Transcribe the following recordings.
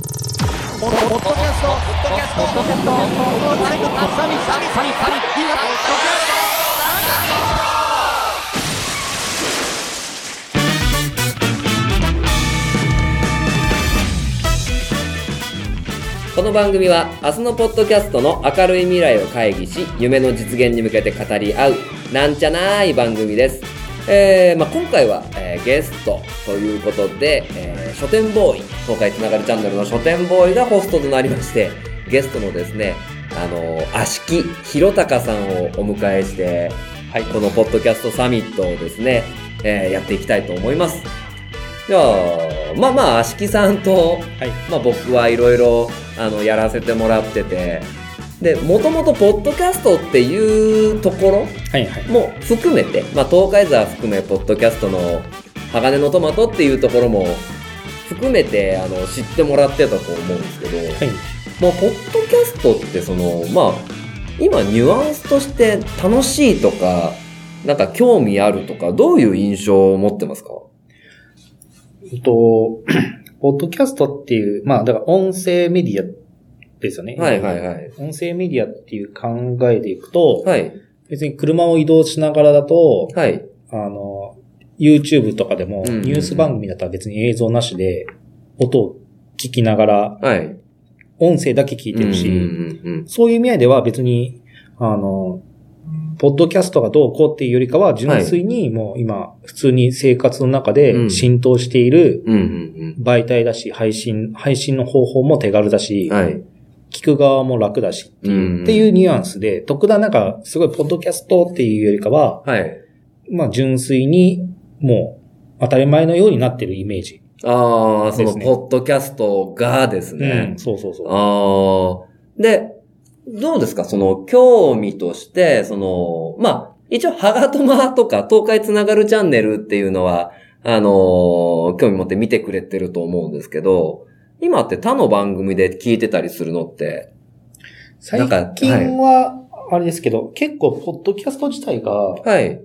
ポッドキャスト、ポッドキャスト、ポッドキャスト、ポッドキャスト、サミ、サミ、サミ、サミ、新潟、この番組は明日のポッドキャストの明るい未来を会議し夢の実現に向けて語り合うなんちゃない番組です、えーまあ、今回は、えーゲストということで、えー書店ボーイ東海つながるチャンネルの書店ボーイがホストとなりましてゲストのですねあのー足木弘隆さんをお迎えして、はい、このポッドキャストサミットをですね、えーやっていきたいと思いますじゃあまあまあ足木さんとはい、まあ、僕はいろいろあのやらせてもらっててでもともとポッドキャストっていうとこはい、はいろ。も含めて、まあ、東海座含めポッドキャストの「鋼のトマト」っていうところも含めてあの知ってもらってたと思うんですけど、はい、まあ、ポッドキャストってそのまあ今ニュアンスとして楽しいとかなんか興味あるとかどういう印象を持ってますかえっと、 ポッドキャストっていう、まあ、だから音声メディアですよね。はいはいはい。音声メディアっていう考えでいくと、はい。別に車を移動しながらだと、はい。あの、YouTube とかでうも、んうんうんニュース番組だったら別に映像なしで、音を聞きながら、はい。音声だけ聞いてるし、うんうんうんうんそういう意味合いでは別に、あの、ポッドキャストがどうこうっていうよりかは、純粋にもう今、普通に生活の中うでん浸透しているうんうん媒体だし、配信、配信の方法も手軽だうしん。、はい。聞く側も楽だし、うんっていうニュアンスで、特段なんか、すごいポッドキャストっていうよりかは、はい。まあ、純粋に、もう、当たり前のようになってるイメージ。ああ、そでの、すねポッドキャストがですね。そうそうそう。ああ。で、どうですかその、興味として、その、まあ、一応、ハガトマとか、東海つながるチャンネルっていうのは、あのー興味持って見てくれてると思うんですけど、今って他の番組で聞いてたりするのって、最近は、あれですけど、結構、ポッドキャスト自体が、はい。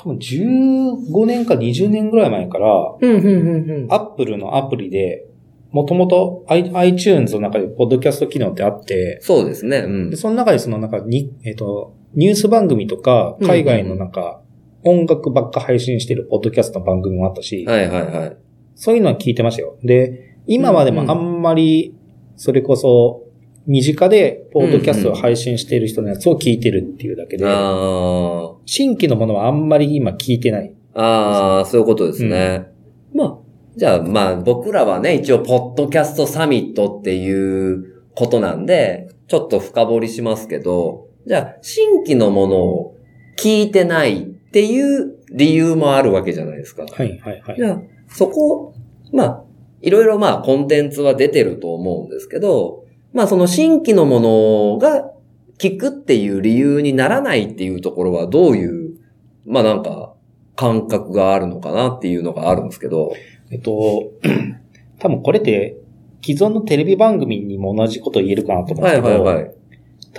多分15年か20年ぐらい前から、うん、うん、うん、うん。アップルのアプリで、もともと iTunes の中でポッドキャスト機能ってあって、そうですね。うんで。その中でそのなんかに、えっ、と、ニュース番組とか、うん海外のなんか、音楽ばっか配信してるポッドキャストの番組もあったし、はい、はい、はい。そういうのは聞いてましたよ。で、今はでうんうもんあんまり、それこそ、身近でポッドキャストを配信している人のやつを聞いてるっていうだけで、ああ。新規のものはあんまり今聞いてない。ああ、そういうことですね。まあ、じゃあまあ僕らはね、一応、ポッドキャストサミットっていうことなんで、ちょっと深掘りしますけど、じゃあ、新規のものを聞いてないっていう理由もあるわけじゃないですか。はいはいはいじ。ゃあ、そこ、まあ、いろいろまあ、コンテンツは出てると思うんですけど、まあ、その新規のものが聞くっていう理由にならないっていうところはどういう、まあなんか、感覚があるのかなっていうのがあるんですけど。えっと、 多分これって、既存のテレビ番組にも同じこと言えるかなと思うんではすいけど、はいはい。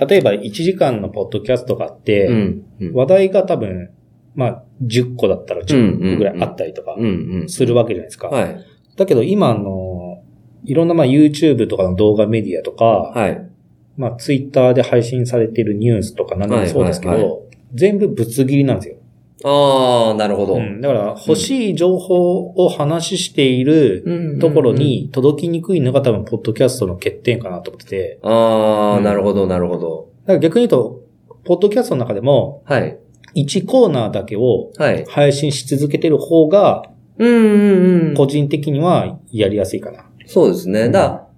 例えば1時間のポッドキャストがあって、うん。うん話題が多分、まあ、10個だったら10個ぐらいあったりとかうんうん。するわけじゃないですか。はい。だけど今の、いろんなまあ YouTube とかの動画メディアとか、はい。まあ Twitter で配信されてるニュースとか何でもそうですけど、はいはい全部ぶつ切りなんですよ。ああ、なるほど。うんだから欲しい情報を話しているところに届きにくいのが多分ポッドキャストの欠点かなと思ってて、うんうんうん。ああ、うんなるほど、なるほど。だから逆に言うと、ポッドキャストの中でもはい。 1コーナーだけをはい。配信し続けてる方がうんうんうん。個人的にはやりやすいかな。そうですうね。んだから、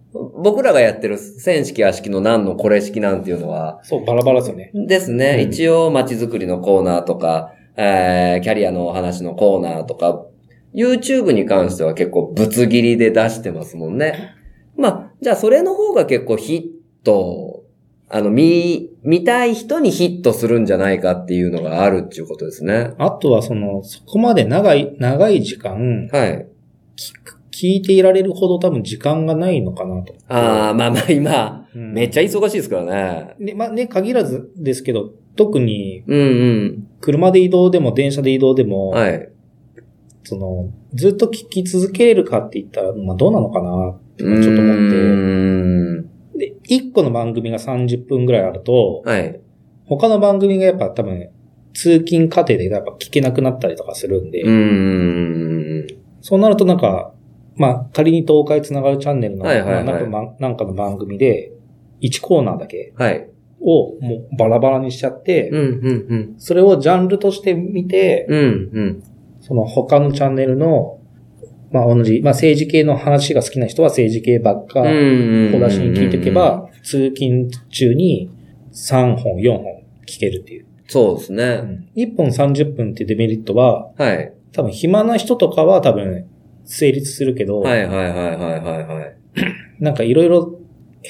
僕らがやってる千式足式の何のこれ式なんていうのは、そう、バラバラですよね。ですね、うん一応街づくりのコーナーとか、えー、キャリアのお話のコーナーとか、YouTube に関しては結構ぶつ切りで出してますもんね。まあ、じゃあそれの方が結構ヒット、あの、見、見たい人にヒットするんじゃないかっていうのがあるっていうことですね。あとはその、そこまで長い、長い時間、はい。聞く聞いていられるほど多分時間がないのかなと。ああ、まあまあ今、うんめっちゃ忙しいですからね。ね、まあね、限らずですけど、特にうんうん。車で移動でも電車で移動でも、はい。その、ずっと聞き続けれるかって言ったら、まあどうなのかなってちょっと思って、うーん1個の番組が30分ぐらいあると、はい。他の番組がやっぱ多分、通勤過程でやっぱ聞けなくなったりとかするんで、うーん。そうなるとなんか、まあ、仮に東海つながるチャンネルの、はいはいはいまあなんかまなんかの番組で、1コーナーだけはい。をもうバラバラにしちゃって、うん、うん、それをジャンルとして見て、うん。うん、うん。その他のチャンネルの、まあ同じ、まあ政治系の話が好きな人は政治系ばっか、うん。小出しに聞いておけ。ば、通勤中に3本、4本聞けるっていう。そうですうね。ん1本30分ってデメリットは、はい。多分暇な人とかは多分成立するけど、はい、はい、はい、はい、はい、はい。なんかいろいろ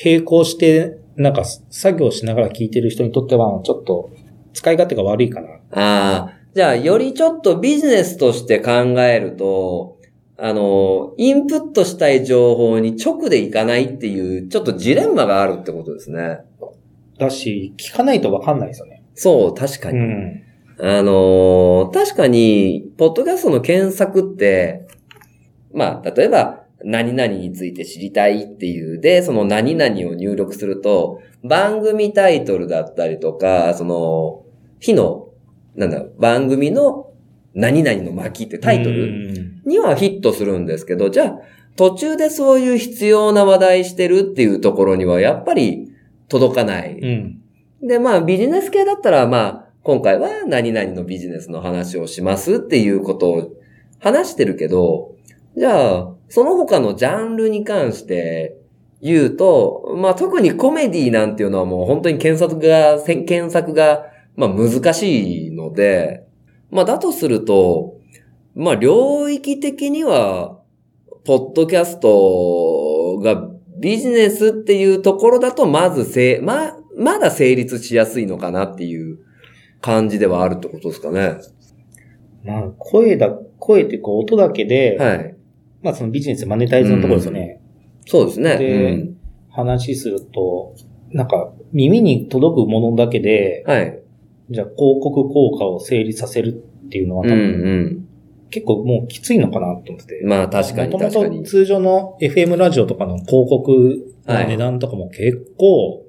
並行して、なんか作業しながら聞いてる人にとっては、ちょっと使い勝手が悪いかな。ああ、じゃあ、よりちょっとビジネスとして考えると、あの、インプットしたい情報に直でいかないっていう、ちょっとジレンマがあるってことですね。だし、聞かないとわかんないですよね。そう、確かうに。ん。あのー確かに、ポッドキャストの検索って、まあ、例えば、何々について知りたいっていう、で、その何々を入力すると、番組タイトルだったりとか、その、日の、なんだ、番組の何々の巻ってタイトルうんにはヒットするんですけど、じゃあ、途中でそういう必要な話題してるっていうところには、やっぱり届かない。うん。で、まあビジネス系だったら、まあ今回は何々のビジネスの話をしますっていうことを話してるけど、じゃあ、その他のジャンルに関して言うと、まあ特にコメディなんていうのはもう本当に検索が、せん検索が、まあ難しいので、まあだとすると、まあ領域的には、ポッドキャストがビジネスっていうところだと、まずせい、ま、まだ成立しやすいのかなっていう感じではあるってことですかね。まあ、声だ、声ってこう音だけで、はい。まあそのビジネス、マネタイズのところですよね。そうですね。でうん話すると、なんか耳に届くものだけで、はい。じゃあ広告効果を整理させるっていうのはう多ん分、う結構もうきついのかなと思っててん。。まあ確かにもとも確かとに。通常の FM ラジオとかの広告の値段とかも結構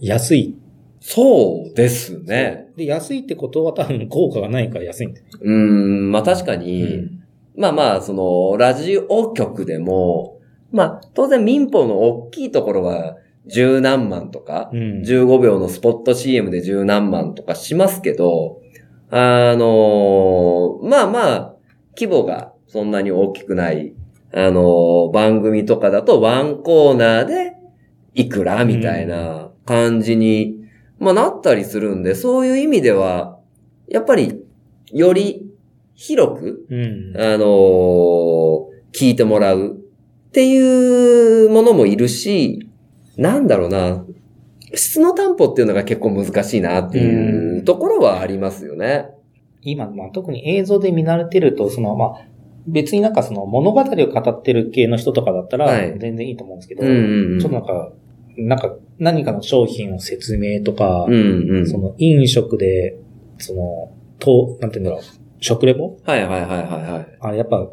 安い。そうですね。で、安いってことは多分効果がないから安いんだよね。うん、まあ確かに。まあまあ、その、ラジオ局でも、まあ当然民放の大きいところは十何万とか、うん。 15秒のスポット CM で十何万とかしますけど、あのーまあまあ、規模がそんなに大きくない、あのー番組とかだとワンコーナーでいくらみたいな感じに、まあなったりするんで、そういう意味では、やっぱり、より広く、うん。あのー聞いてもらうっていうものもいるし、なんだろうな、質の担保っていうのが結構難しいなっていううんところはありますよね。今、まあ、特に映像で見慣れてると、その、まあ、別になんかその物語を語ってる系の人とかだったらはい、全然いいと思うんですけど、うんうんうん。ちょっとなんか、なんか、何かの商品を説明とか、うんうん。その飲食で、その、と、なんて言うんだろう、食レポはいはいはいはいはい。あれやっぱ、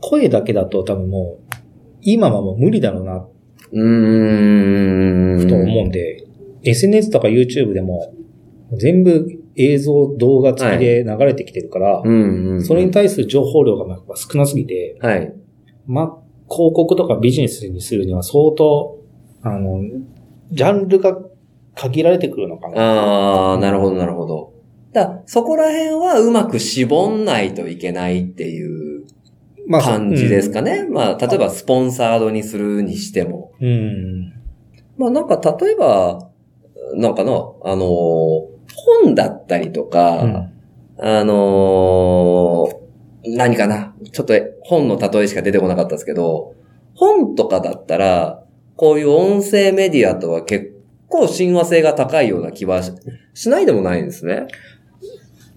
声だけだと多分もう、今はもう無理だろうな、うーん。と思うんで、SNS とか YouTube でも、全部映像、動画付きで流れてきてるから、うんうん。それに対する情報量がやっぱ少なすぎて、はい。まあ、広告とかビジネスにするには相当、あの、ジャンルが限られてくるのかな。ああ、なるほどなるほど。だからそこら辺はうまく絞んないといけないっていうまあ感じですかね。ね。まあ、例えばスポンサードにするにしても。うん。うんまあなんか例えば、なんかな、あのー本だったりとか、あのー何かな、ちょっと本の例えしか出てこなかったですけど、本とかだったら、こういう音声メディアとは結構親和性が高いような気はししないでもないんですね。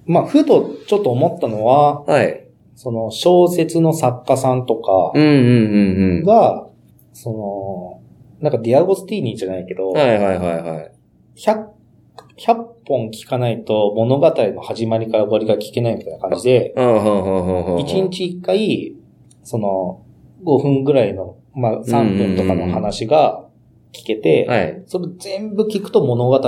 まあ、ふとちょっと思ったのは、はい。その小説の作家さんとかうんうんうんうん。が、その、なんかディアゴスティーニじゃないけど、はいはいはいはい。 100、100本聞かないと物語の始まりから終わりが聞けないみたいな感じで、ああ、はあはあはあはあ。 1日1回、その、5分ぐらいの、まあ3分とかの話が聞けて、はい。それ全部聞くと物語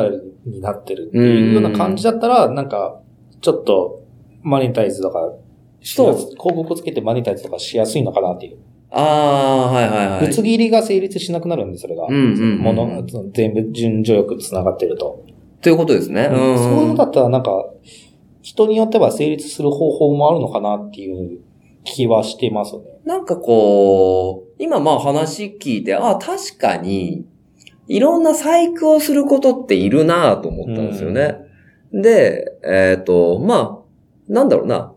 になってるっていうような感じだったら、なんか、ちょっと、マネタイズとか、そう広告をつけてマネタイズとかしやすいのかなっていう。ああ、はいはいはい。ぶつ切りが成立しなくなるんで、それが。うんうんうんものその全部順序よく繋がってると。ということですね。そううん。いうのだったら、なんか、人によっては成立する方法もあるのかなっていう気はしてますね。なんかこう、今まあ話聞いて、ああ、確かに、いろんな細工をすることっているなぁと思ったんですよね。で、えっ、と、まあ、なんだろうな。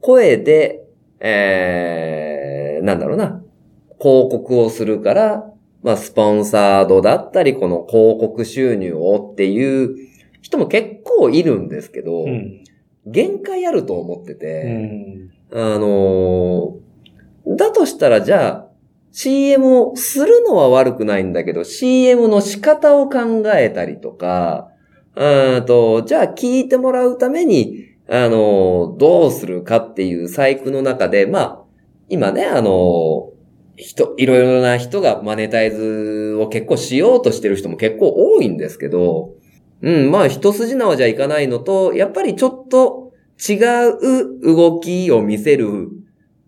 声で、えー、なんだろうな。広告をするから、まあ、スポンサードだったり、この広告収入をっていう人も結構いるんですけど、うん。限界あると思ってて、うん。あのーだとしたらじゃあ、CM をするのは悪くないんだけど、CM の仕方を考えたりとか、うーんと、じゃあ聞いてもらうために、あのーどうするかっていう細工の中で、まあ、今ね、あのー人、いろいろな人がマネタイズを結構しようとしてる人も結構多いんですけど、うん、まあ一筋縄じゃいかないのと、やっぱりちょっと、違う動きを見せる、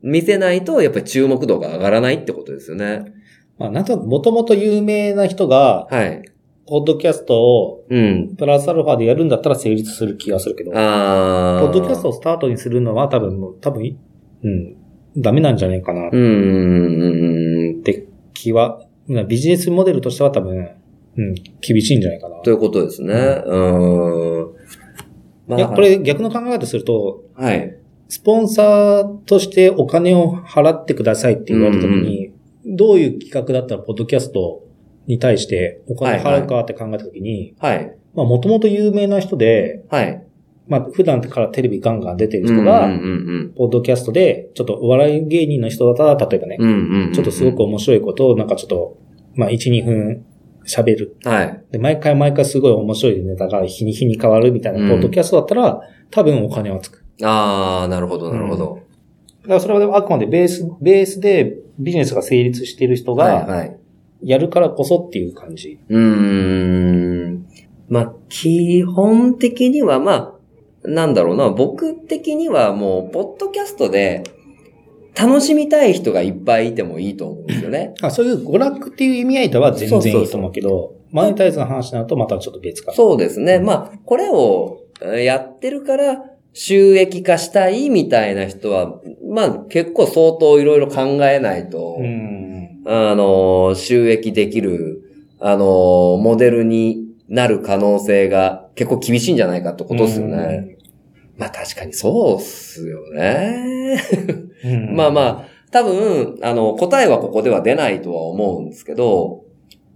見せないと、やっぱり注目度が上がらないってことですよね。まあ、なんとなく、もともと有名な人が、はい。ポッドキャストをうん。プラスアルファでやるんだったら成立する気がするけど、ポあーッドキャストをスタートにするのは多分もう、多分い、うん、ダメなんじゃないかなっうんうんうんうん。て気は、うんビジネスモデルとしては多分、うん、厳しいんじゃないかな。ということですね。うん。まいや、こ、れ逆の考え方すると、はい。スポンサーとしてお金を払ってくださいって言われた時に、どういう企画だったらポッドキャストに対してお金払うかって考えた時に、はい。まあもともと有名な人で、はい。まあ普段からテレビガンガン出てる人が、うんうんポッドキャストで、ちょっとお笑い芸人の人だったら、例えばね、うん。うんうんうん。ちょっとすごく面白いことを、なんかちょっと、まあ、1、2分喋る。く。はい。で、毎回毎回すごい面白いネタが日に日に変わるみたいなうんポッドキャストだったら、多分お金はつく。ああ、なるほど、なるほど。だからそれはあくまでベース、ベースでビジネスが成立している人はい、が、はい。やるからこそっていう感じ。うーん。まあ、基本的には、まあ、なんだろうな、僕的にはもう、ポッドキャストで、楽しみたい人がいっぱいいてもいいと思うんですよね。あそういう娯楽っていう意味合いでは全然いいと思うけど、マネタイズの話になるとまたちょっと別か。そうですね。まあ、これをえーやってるから、収益化したいみたいな人は、まあ、結構相当いろいろ考えないと、ん。あの、収益できる、あの、モデルになる可能性が結構厳しいんじゃないかってことですよね。まあ確かにそうっすよね。うん。まあまあ、多分、あの、答えはここでは出ないとは思うんですけど、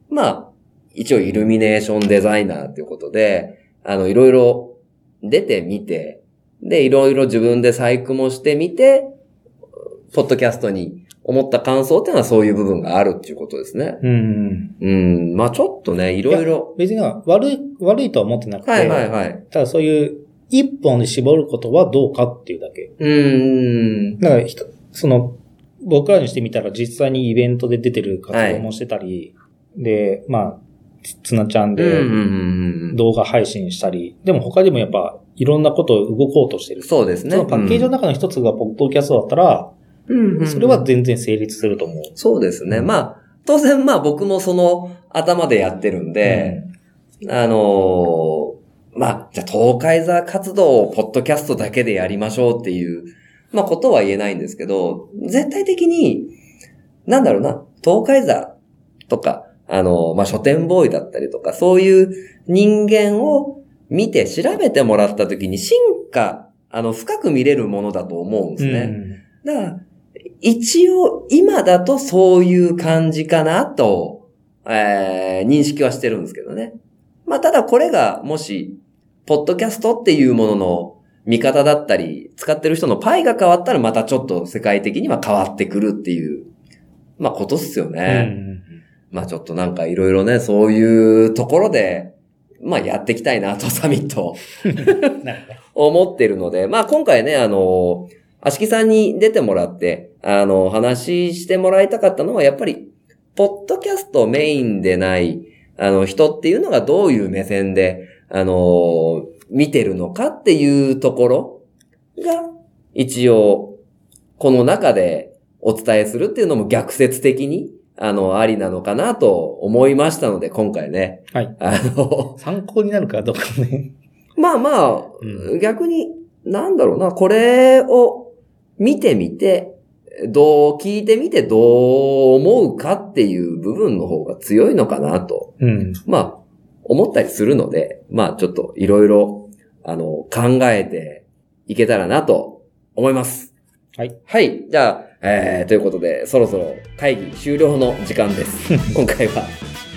まあ、一応イルミネーションデザイナーということで、あの、いろいろ出てみて、で、いろいろ自分で細工もしてみて、ポッドキャストに思った感想っていうのはそういう部分があるっていうことですね。うん。うん、まあちょっとね、いろいろ。別には悪い、悪いとは思ってなくて、はいはいはい。ただそういう一本に絞ることはどうかっていうだけ。うん。だからひと、その、僕らにしてみたら実際にイベントで出てる活動もしてたり、で、まあ、つつなちゃんうんうんうでんうん動画配信したり、でも他にもやっぱいろんなことを動こうとしてる。そそうですね。のパッケージの中の一つがポッドキャストだったら、うんそれは全然成立すると思う。そうですね。まあ、当然まあ僕もその頭でやってるんで、あのーまあ、じゃあ東海座活動をポッドキャストだけでやりましょうっていう、まあことは言えないんですけど、絶対的に、なんだろうな、東海座とか、あのーまあ書店ボーイだったりとか、そういう人間を見て調べてもらった時に進化、あの、深く見れるものだと思うんですね。だから、一応、今だとそういう感じかなと、えー認識はしてるんですけどね。まあ、ただこれが、もし、ポッドキャストっていうものの見方だったり、使ってる人のパイが変わったら、またちょっと世界的には変わってくるっていう、まあ、ことっすようん。うね。ん。まあ、ちょっとなんかいろいろね、そういうところで、まあ、やっていきたいなと、 サミットを。 なるほどね思ってるので、まあ今回ね、あの、アシキさんに出てもらって、あの、話してもらいたかったのは、やっぱり、ポッドキャストメインでない、あの、人っていうのがどういう目線で、あのー見てるのかっていうところが、一応、この中でお伝えするっていうのも逆説的に、あの、ありなのかなと思いましたので、今回ね。はい。あの、 参考になるかどうかね。まあまあ、う逆に、なんだろうな、これを見てみて、どう聞いてみてどう思うかっていう部分の方が強いのかなと、うん。まあ、思ったりするので、まあちょっといろいろ、あの、考えていけたらなと思います。はい。はい。じゃあ、えー、ということで、そろそろ会議終了の時間 です。今回は、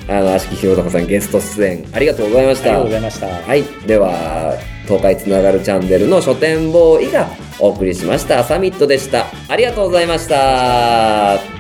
あの、足木ひろたかさんゲスト出演ありがとうございましありがたとうご。ざいました。ははい。では、東海つながるチャンネルの書店ボーイがお送りしましたサミットでした。ありがとうございました。